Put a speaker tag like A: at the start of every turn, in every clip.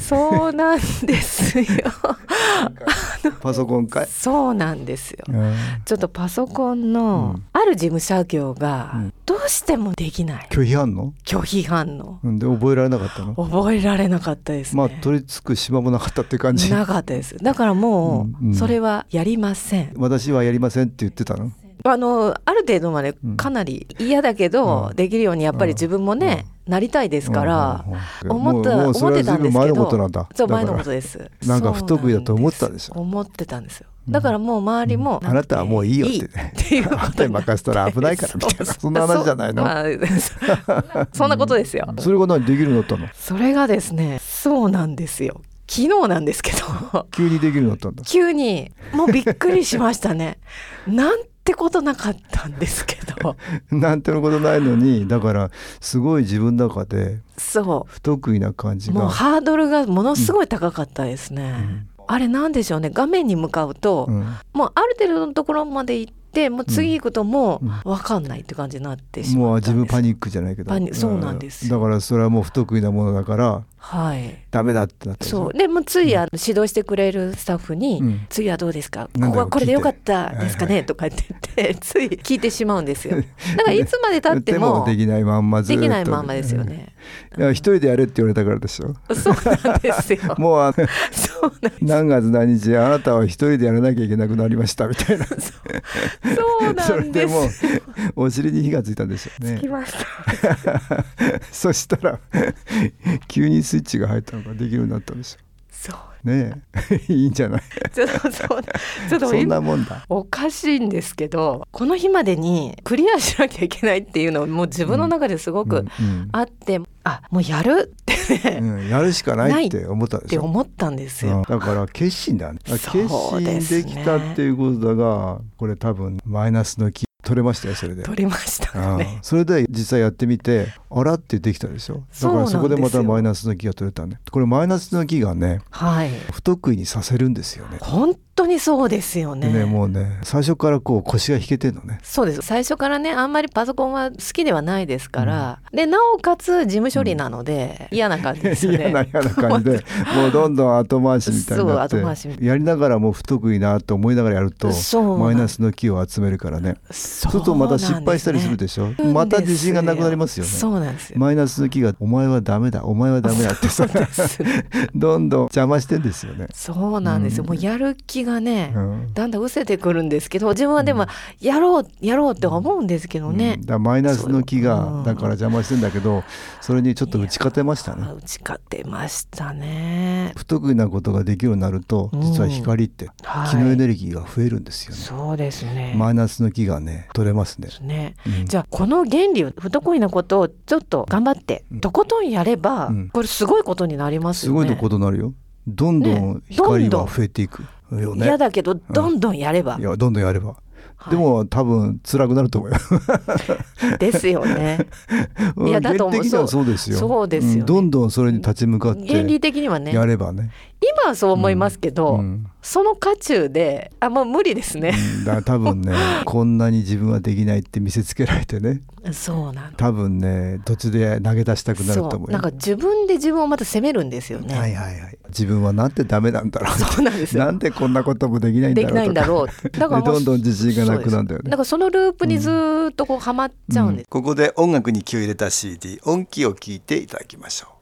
A: そうなんですよ。
B: パソコンかい
A: そうなんですよ。
B: うん
A: ちょっとパソコン
B: う
A: の
B: ん
A: ある事務作業
B: う
A: が
B: ん
A: どうしてもできない。
B: 拒否反応
A: 拒否反応。
B: うんで覚えられなかったの
A: 覚えられなかったですね。
B: まあ取り付く島もなかったって感じ
A: なかったです。だからも
B: うんうん
A: うそれはやりません。
B: 私はやりませんって言ってたの
A: あのある程度まで
B: うん
A: かなり嫌だけど、
B: うん
A: できるようにやっぱり自分もね、なりたいで
B: です
A: から、思った
B: もうそれは随分前のことなんだ
A: そう
B: だから
A: 前のことです。
B: なんか不得意だと思ってたでしょ
A: そうなんです思ってたんですよ。
B: うん
A: だからもう周りも、
B: あなたはもういいよって
A: いいっていうこ
B: あ なた
A: と
B: に
A: になって
B: 任せたら危ないからみ たいなそんな話じゃないの
A: まあそんなことですよ。
B: それが何できるようになったの
A: それがですね、そうなんですよ。昨日なんですけど、
B: 急にできるようになったんだ
A: 急にもうびっくりしましたね。なんてことなかったんですけど、
B: なんてのことないのにだからすごい自分の中で
A: そ
B: 不得意な感
A: う、
B: じ
A: もう
B: が
A: ハードルがものすごい高かったですね。
B: ん
A: あれなんでしょうね。画面に向かうと、
B: うん
A: もうある程度のところまで行って、もう次行くとも
B: うん
A: うわかんないって感じになってし
B: もう
A: まった
B: 自
A: んです。
B: 分パニックじゃないけど
A: パニそうなんですよ
B: だからそれはもう不得意なものだから
A: はい。
B: ダメだってなったでしょ
A: そうでもうついあの指導してくれるスタッフに
B: う
A: 「
B: ん
A: 次はどうですか
B: なんだろう
A: ここはこれでよかったですか
B: 聞い
A: ね」とか言って てつい聞いてしまうんですよだからいつまでたっても
B: で
A: で
B: きないまんまずっと
A: きないまんまですよね
B: いや一人でやれって言われたからでしょ
A: そうなんですよ
B: もうあの
A: そうなん
B: 何月何日あなたは一人でやらなきゃいけなくなりましたみたい な
A: そう
B: そ
A: な
B: れ
A: ん
B: で
A: で
B: もう
A: す
B: お尻に火がついたんでしょう
A: 聞き
B: ね
A: ました
B: そしたら急にスイッチが入ったのができるようになったんでしょ
A: そう
B: うねえ いいんじゃない
A: ちょっとそうちょっ
B: そ
A: と
B: ん
A: 今
B: なもんだ
A: おかしいんですけどこの日までにクリアしなきゃいけないっていうのもう自分の中ですご
B: う
A: く
B: んうん
A: あって、あもうやるってね、っ
B: うんやるしかないって思ったでしてょ
A: 思ったんですよ、
B: うんだから決心だねだから決
A: そう
B: 心
A: ですね
B: できたっていうことだが、これ多分マイナスの気取れましたよそれで。
A: 取りました
B: うん
A: ね。
B: それで実際やってみてあらってできたでしょだからそこでまたマイナスの気が取れたねこれマイナスの気がね
A: はい。
B: 不得意にさせるんですよね
A: 本当にそうですよね。
B: ねもうね最初からこう腰が引けてんのね
A: そうです最初からねあんまりパソコンは好きではないですから、でなおかつ事務処理なので、嫌な感じですよね
B: 嫌な嫌な感じでもうどんどん後回しみたいになっ
A: そう後回して
B: やりながらもう不得意なと思いながらやると
A: そう
B: マイナスの気を集めるからねそ
A: そ
B: うするとまた失敗したりするで
A: し
B: しょまた自信がなくなりますよね
A: そうなんですよ
B: マイナスの気が「お前はダメだお前はダメだ」ってさ
A: ですね
B: どんどん邪魔してんですよね。
A: そうなんですよ、
B: うん
A: もうやる気がね、
B: うん
A: だんだん失せてくるんですけど自分はでもやろうやろうって思うんですけど
B: う
A: ね
B: ん、だからマイナスの気
A: う
B: が
A: ん
B: だから邪魔してんだけどそれにちょっと打ち勝てました
A: あ
B: ね
A: 打ち勝てましたね
B: 不得意なことができるようになると
A: うん
B: 実は光って
A: はい
B: 気のエネルギーが増えるんですよね、
A: そうですね
B: マイナスの気がね取れますね
A: ですね
B: うん
A: じゃあこの原理を不得意なことをちょっと頑張って
B: うん
A: とことんやれば、
B: うん
A: これすごいことになります
B: す
A: よね。
B: ごいとことなるよどんどん
A: ね
B: 光
A: ど
B: は
A: んどん
B: 増えていくよね
A: 嫌だけどどんどんやれば、
B: いやどんどんやれば、
A: はい
B: でも多分辛くなると思うよ
A: です よね
B: うん
A: いやだと思う
B: 原理的にはそうですよ
A: そうですよね
B: んどんどんそれに立ち向かっ
A: 原理
B: て
A: 的にはね
B: やればね
A: 今はそう思いますけど、
B: うん
A: その渦中であもう無理ですね。
B: うんだから多分 ねこんなに自分はできないって見せつけられてね
A: そうなんだ
B: 多分ね途中で投げ出したくなると
A: そ
B: 思うよ
A: うなんか自分で自分をまた責めるんですよね。
B: はいはいはい自分はなんてダメなんだろう
A: そうなんですよ
B: なんでこんなこともできないんだ
A: で
B: ろ
A: き
B: う
A: ないんだろうってだ
B: とか
A: から
B: で
A: もう
B: どんどん自信がなくなるんだよね
A: だからそのループにずーっとこうはまっちゃうんです。
B: ここで音楽に気を入れた CD 音気を聞いていただきましょう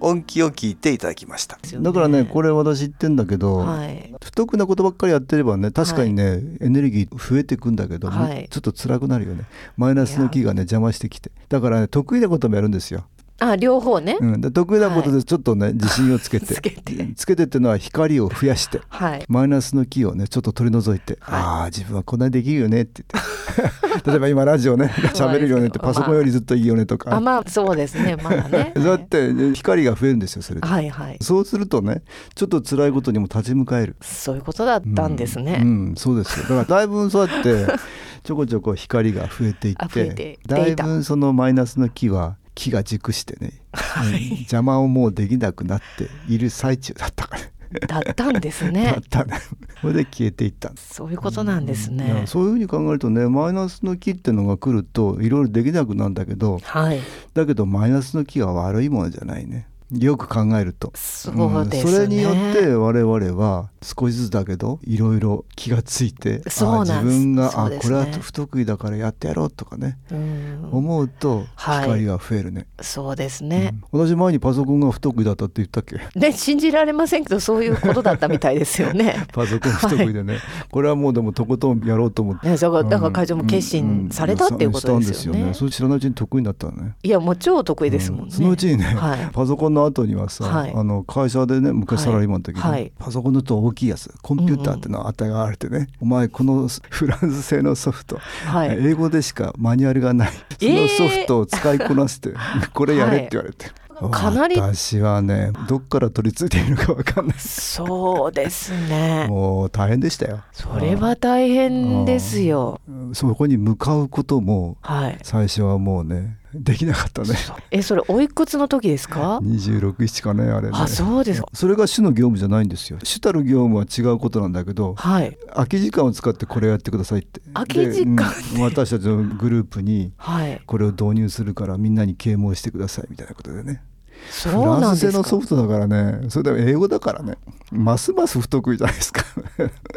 B: 音気を聞いていただきました。
A: ですよ
B: だからねこれ私言ってんだけど、
A: はい、
B: 不得なことばっかりやってればね確かにね、エネルギー増えていくんだけど、も
A: はい
B: ちょっと辛くなるよねマイナスの気がね邪魔してきてだからね得意なこともやるんですよ、
A: あ両方ね、
B: うん、で得意なことでちょっとね、自信をつけて
A: つけて
B: つけてっていうのは光を増やして
A: はい
B: マイナスの気をねちょっと取り除いて、
A: はい
B: ああ自分はこんなにできるよねって言って 例えば今ラジ オね喋れるよねって
A: まあ
B: パソコンよりずっといいよねとか、
A: あまあそうですねまだね
B: そうやってね光が増えるんですよそれで、
A: はいはい
B: そうするとねちょっと辛いことにも立ち向かえる
A: そういうことだったんですね、
B: うん、うんそうですよ。だからだいぶそうやって ちょこちょこ光が増えてい
A: あ
B: っ
A: 増
B: て、
A: えていっていた
B: だいぶそのマイナスの木は木が熟してね、うん邪魔をもうできなくなっている最中だったから。
A: だったんです
B: だ
A: ね
B: ったね。 それで消えていったんです。
A: そういうことなんです
B: い
A: ね
B: や、そういうふうに考えるとねマイナスの木ってのが来るといろいろできなくなるんだけど
A: はい
B: だけどマイナスの木は悪いものじゃないねよく考えると
A: そうですね、
B: んそれによって我々は少しずつだけどいろいろ気がついて
A: そうな
B: あ自
A: ん
B: 分が、
A: そう
B: あ
A: です
B: こ
A: ね
B: れは不得意だからやってやろうとかね、
A: うん、
B: 思うと
A: はい
B: 光が増えるね,
A: そうです
B: うん、
A: ね、
B: 私前にパソコンが不得意だったって言ったっ け
A: ね信じられませんけどそういうことだったみたいですよね
B: パソコン不得意でね、これはもうでもとことんやろうと思って。
A: ねだからだから会長
B: う
A: も
B: ん
A: 決心されたっていうこと
B: うん
A: ですよね,、
B: したんですよねそれ知らないうちに得意になったのね。
A: いやもう超得意ですもんね、
B: うんそのうちにね、
A: はい
B: パソコンの後にはさ、
A: はい
B: あの会社でね昔
A: はい
B: サラリーマンの時に、
A: はい
B: パソコンのと大きいやつコンピューターってのはあたがられてね、お前このフランス製のソフト、
A: はい
B: 英語でしかマニュアルがないそ
A: えー
B: のソフトを使いこな して、これやれって言われて、
A: かなり
B: 私はねどっから取り付いているのかわ かんない
A: そうですね
B: もう大変でしたよ
A: それは大変ですよ
B: うんそこに向かうことも
A: はい
B: 最初はもうねできなかったね
A: えそれおいくつの時ですか
B: 267かねあれね
A: あそうですか
B: それが主の業務じゃないんですよ主たる業務は違うことなんだけど
A: はい
B: 空き時間を使ってこれやってくださいって
A: 空き時間
B: でうん私たちのグループに
A: はい
B: これを導入するからみんなに啓蒙してくださいみたいなことでね
A: そうな
B: フ
A: んで
B: ランス製
A: す
B: のソ
A: か
B: フトだからねそれでも英語だからねますます不得意じゃないですか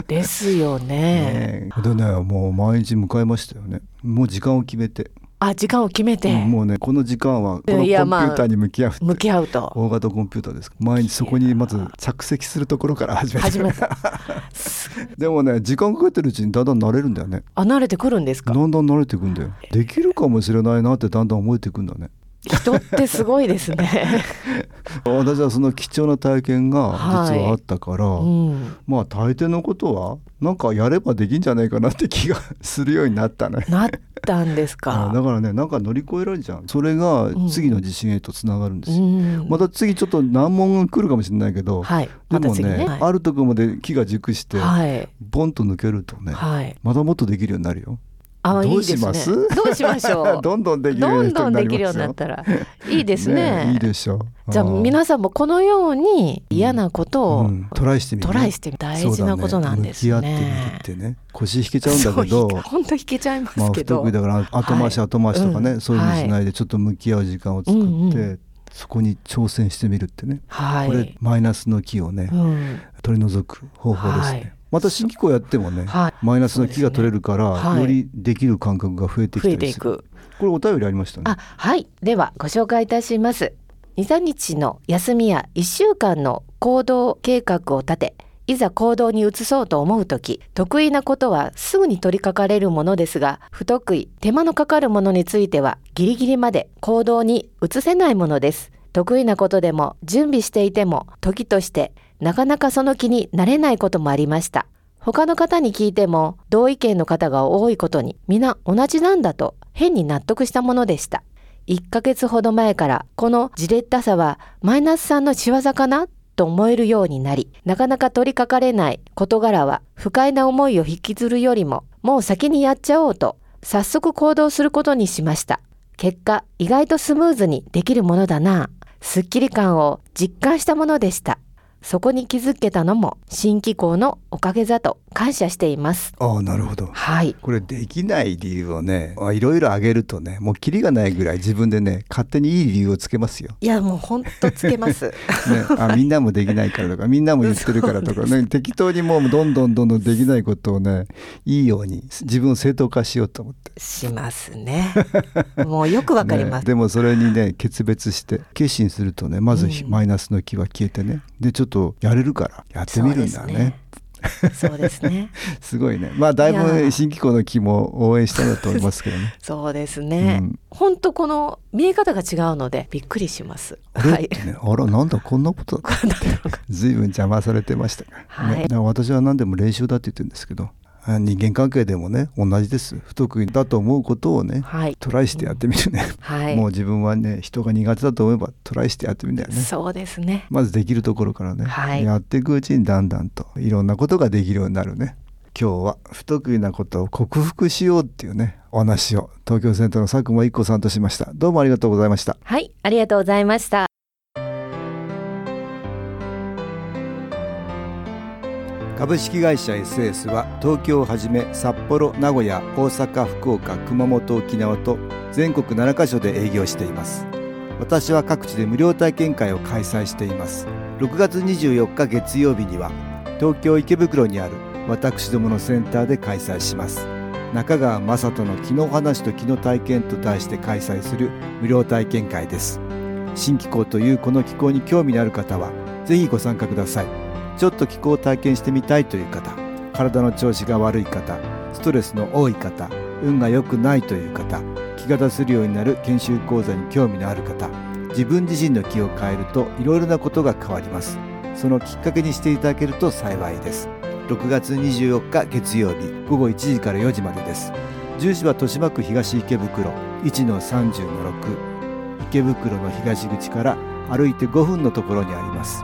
A: ですよね
B: ねえでねもう毎日迎えましたよねもう時間を決めて、
A: あ時間を決めて
B: うんもうねこの時間はこのコン
A: い
B: ピュ
A: やまあ
B: ーターに向き合うって
A: 向き合うと
B: 大型コンピューターです毎日そこにまず着席するところから始めて
A: 始めた
B: でもね時間かけてるうちにだんだん慣れるんだよね
A: あ慣れてくるんです
B: だ
A: か
B: んだん慣れていくんだよできるかもしれないなってだんだん思えていくんだね
A: 人ってすごいですね
B: 私はその貴重な体験が実はあったから、
A: うん
B: まあ大抵のことはなんかやればできんじゃないかなって気がするようになったね
A: なったんです
B: あだ
A: か
B: からねなんか乗り越えられるじゃんそれが次の地震へとつながるんで
A: う
B: すよ、
A: ん
B: また次ちょっと難問が来るかもしれないけど、
A: はい
B: で
A: また
B: も
A: 次
B: ね
A: ね
B: あるとこまで木が熟して、
A: はい
B: ボンと抜けるとね、
A: はい
B: まだもっとできるようになるよ
A: あ
B: ど
A: いういで
B: し
A: す
B: ま
A: ね
B: す
A: どうしまし ょう
B: どんどんできるよ
A: ど
B: うんに
A: どんできるようにな
B: りま
A: っ
B: すよ
A: たらいいですね
B: いいでしょう
A: じゃあ皆さんもこのように嫌なこと
B: う
A: を
B: んトライしてみる
A: トライしてみる大事なことなんです
B: そ
A: ね
B: うだね向き合ってみるってね腰引けちゃうんだけ
A: そ
B: ど
A: う 本当引けちゃいま
B: まあ
A: すけ
B: 不
A: ど、
B: 得意だから後回し
A: はい
B: 後回しとかね、
A: うん
B: そういうふうにしないでちょっと向き合う時間を作って、
A: うんうん
B: そこに挑戦してみるってね、
A: はい
B: これマイナスの木をね、
A: うん、
B: 取り除く方法ですね、
A: はい
B: また新機構やってもね、
A: はい
B: マイナスの木が取れるから、
A: そうですねはい
B: よりできる感覚が増えてき
A: 増
B: た
A: えて
B: り
A: い
B: する
A: く
B: これお便りありましたね
A: あはいではご紹介いたします23日の休みや1週間の行動計画を立ていざ行動に移そうと思う時得意なことはすぐに取り掛かれるものですが不得意手間のかかるものについてはギリギリまで行動に移せないものです得意なことでも準備していても時としてなかなかその気になれないこともありました他の方に聞いても同意見の方が多いことに皆同じなんだと変に納得したものでした1ヶ月ほど前からこのじれったさはマイナスさんの仕業かなと思えるようになりなかなか取りかかれない事柄は不快な思いを引きずるよりももう先にやっちゃおうと早速行動することにしました結果意外とスムーズにできるものだなすっきり感を実感したものでしたそこに気づけたのも新機構のおかげだと感謝しています。
B: ああなるほど
A: はい。
B: これできない理由をねあいろいろ挙げるとねもうキリがないぐらい自分でね勝手にいい理由をつけますよ。
A: いやもう本当つけ ます。
B: ね、あみんなもできないからとかみんなも言ってるからとか、ね、適当にもうどんどんどんどんできないことをねいいように自分を正当化しようと思って。
A: しますね。もうよくわかりま
B: ね
A: す。
B: でもそれにね決別して決心するとねまずひ、
A: うん
B: マイナスの気は消えてねでちょっとやれるからやってみるんだね
A: そうですね。
B: すごいねまあだい
A: いやー
B: ぶ新機構の気も応援したんだと思いますけどね
A: そうです ね。
B: うん
A: 本当この見え方が違うのでびっくりします。
B: あれ、
A: はい。
B: ねあらなんだこんなことだった
A: なんだろうか
B: ずいぶん邪魔されてましたが、ね
A: はい
B: だから私は何でも練習だって言ってるんですけどあ人間関係でもね同じです不得意だと思うことをね
A: はい。
B: トライしてやってみるね、
A: はい。
B: もう自分はね人が苦手だと思えばトライしてやってみるんだよね
A: そうですね。
B: まずできるところからね、
A: はい
B: やっていくうちにだんだんといろんなことができるようになるね今日は不得意なことを克服しようっていうねお話を東京センターの佐久間一子さんとしましたどうもありがとうございました
A: はい。ありがとうございました。
B: 株式会社 SS は東京をはじめ札幌名古屋大阪福岡熊本沖縄と全国7カ所で営業しています私は各地で無料体験会を開催しています6月24日月曜日には東京池袋にある私どものセンターで開催します中川雅人の気の話と気の体験と題して開催する無料体験会です新気候というこの気候に興味のある方はぜひご参加くださいちょっと気候を体験してみたいという方体の調子が悪い方ストレスの多い方運が良くないという方気が出せるようになる研修講座に興味のある方自分自身の気を変えるといろいろなことが変わりますそのきっかけにしていただけると幸いです6月24日月曜日午後1時から4時までです住所は豊島区東池袋1-30-6池袋の東口から歩いて5分のところにあります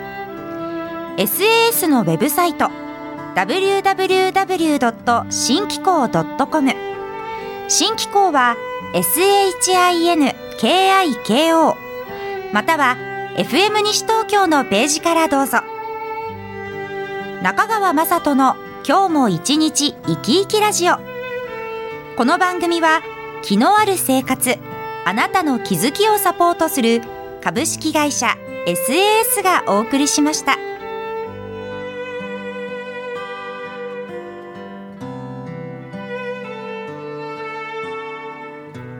C: SAS のウェブサイト www. 新機構 .com 新機構は SHINKIKO または FM 西東京のページからどうぞ中川雅人の今日も一日生き生きラジオこの番組は気のある生活あなたの気づきをサポートする株式会社 SAS がお送りしました。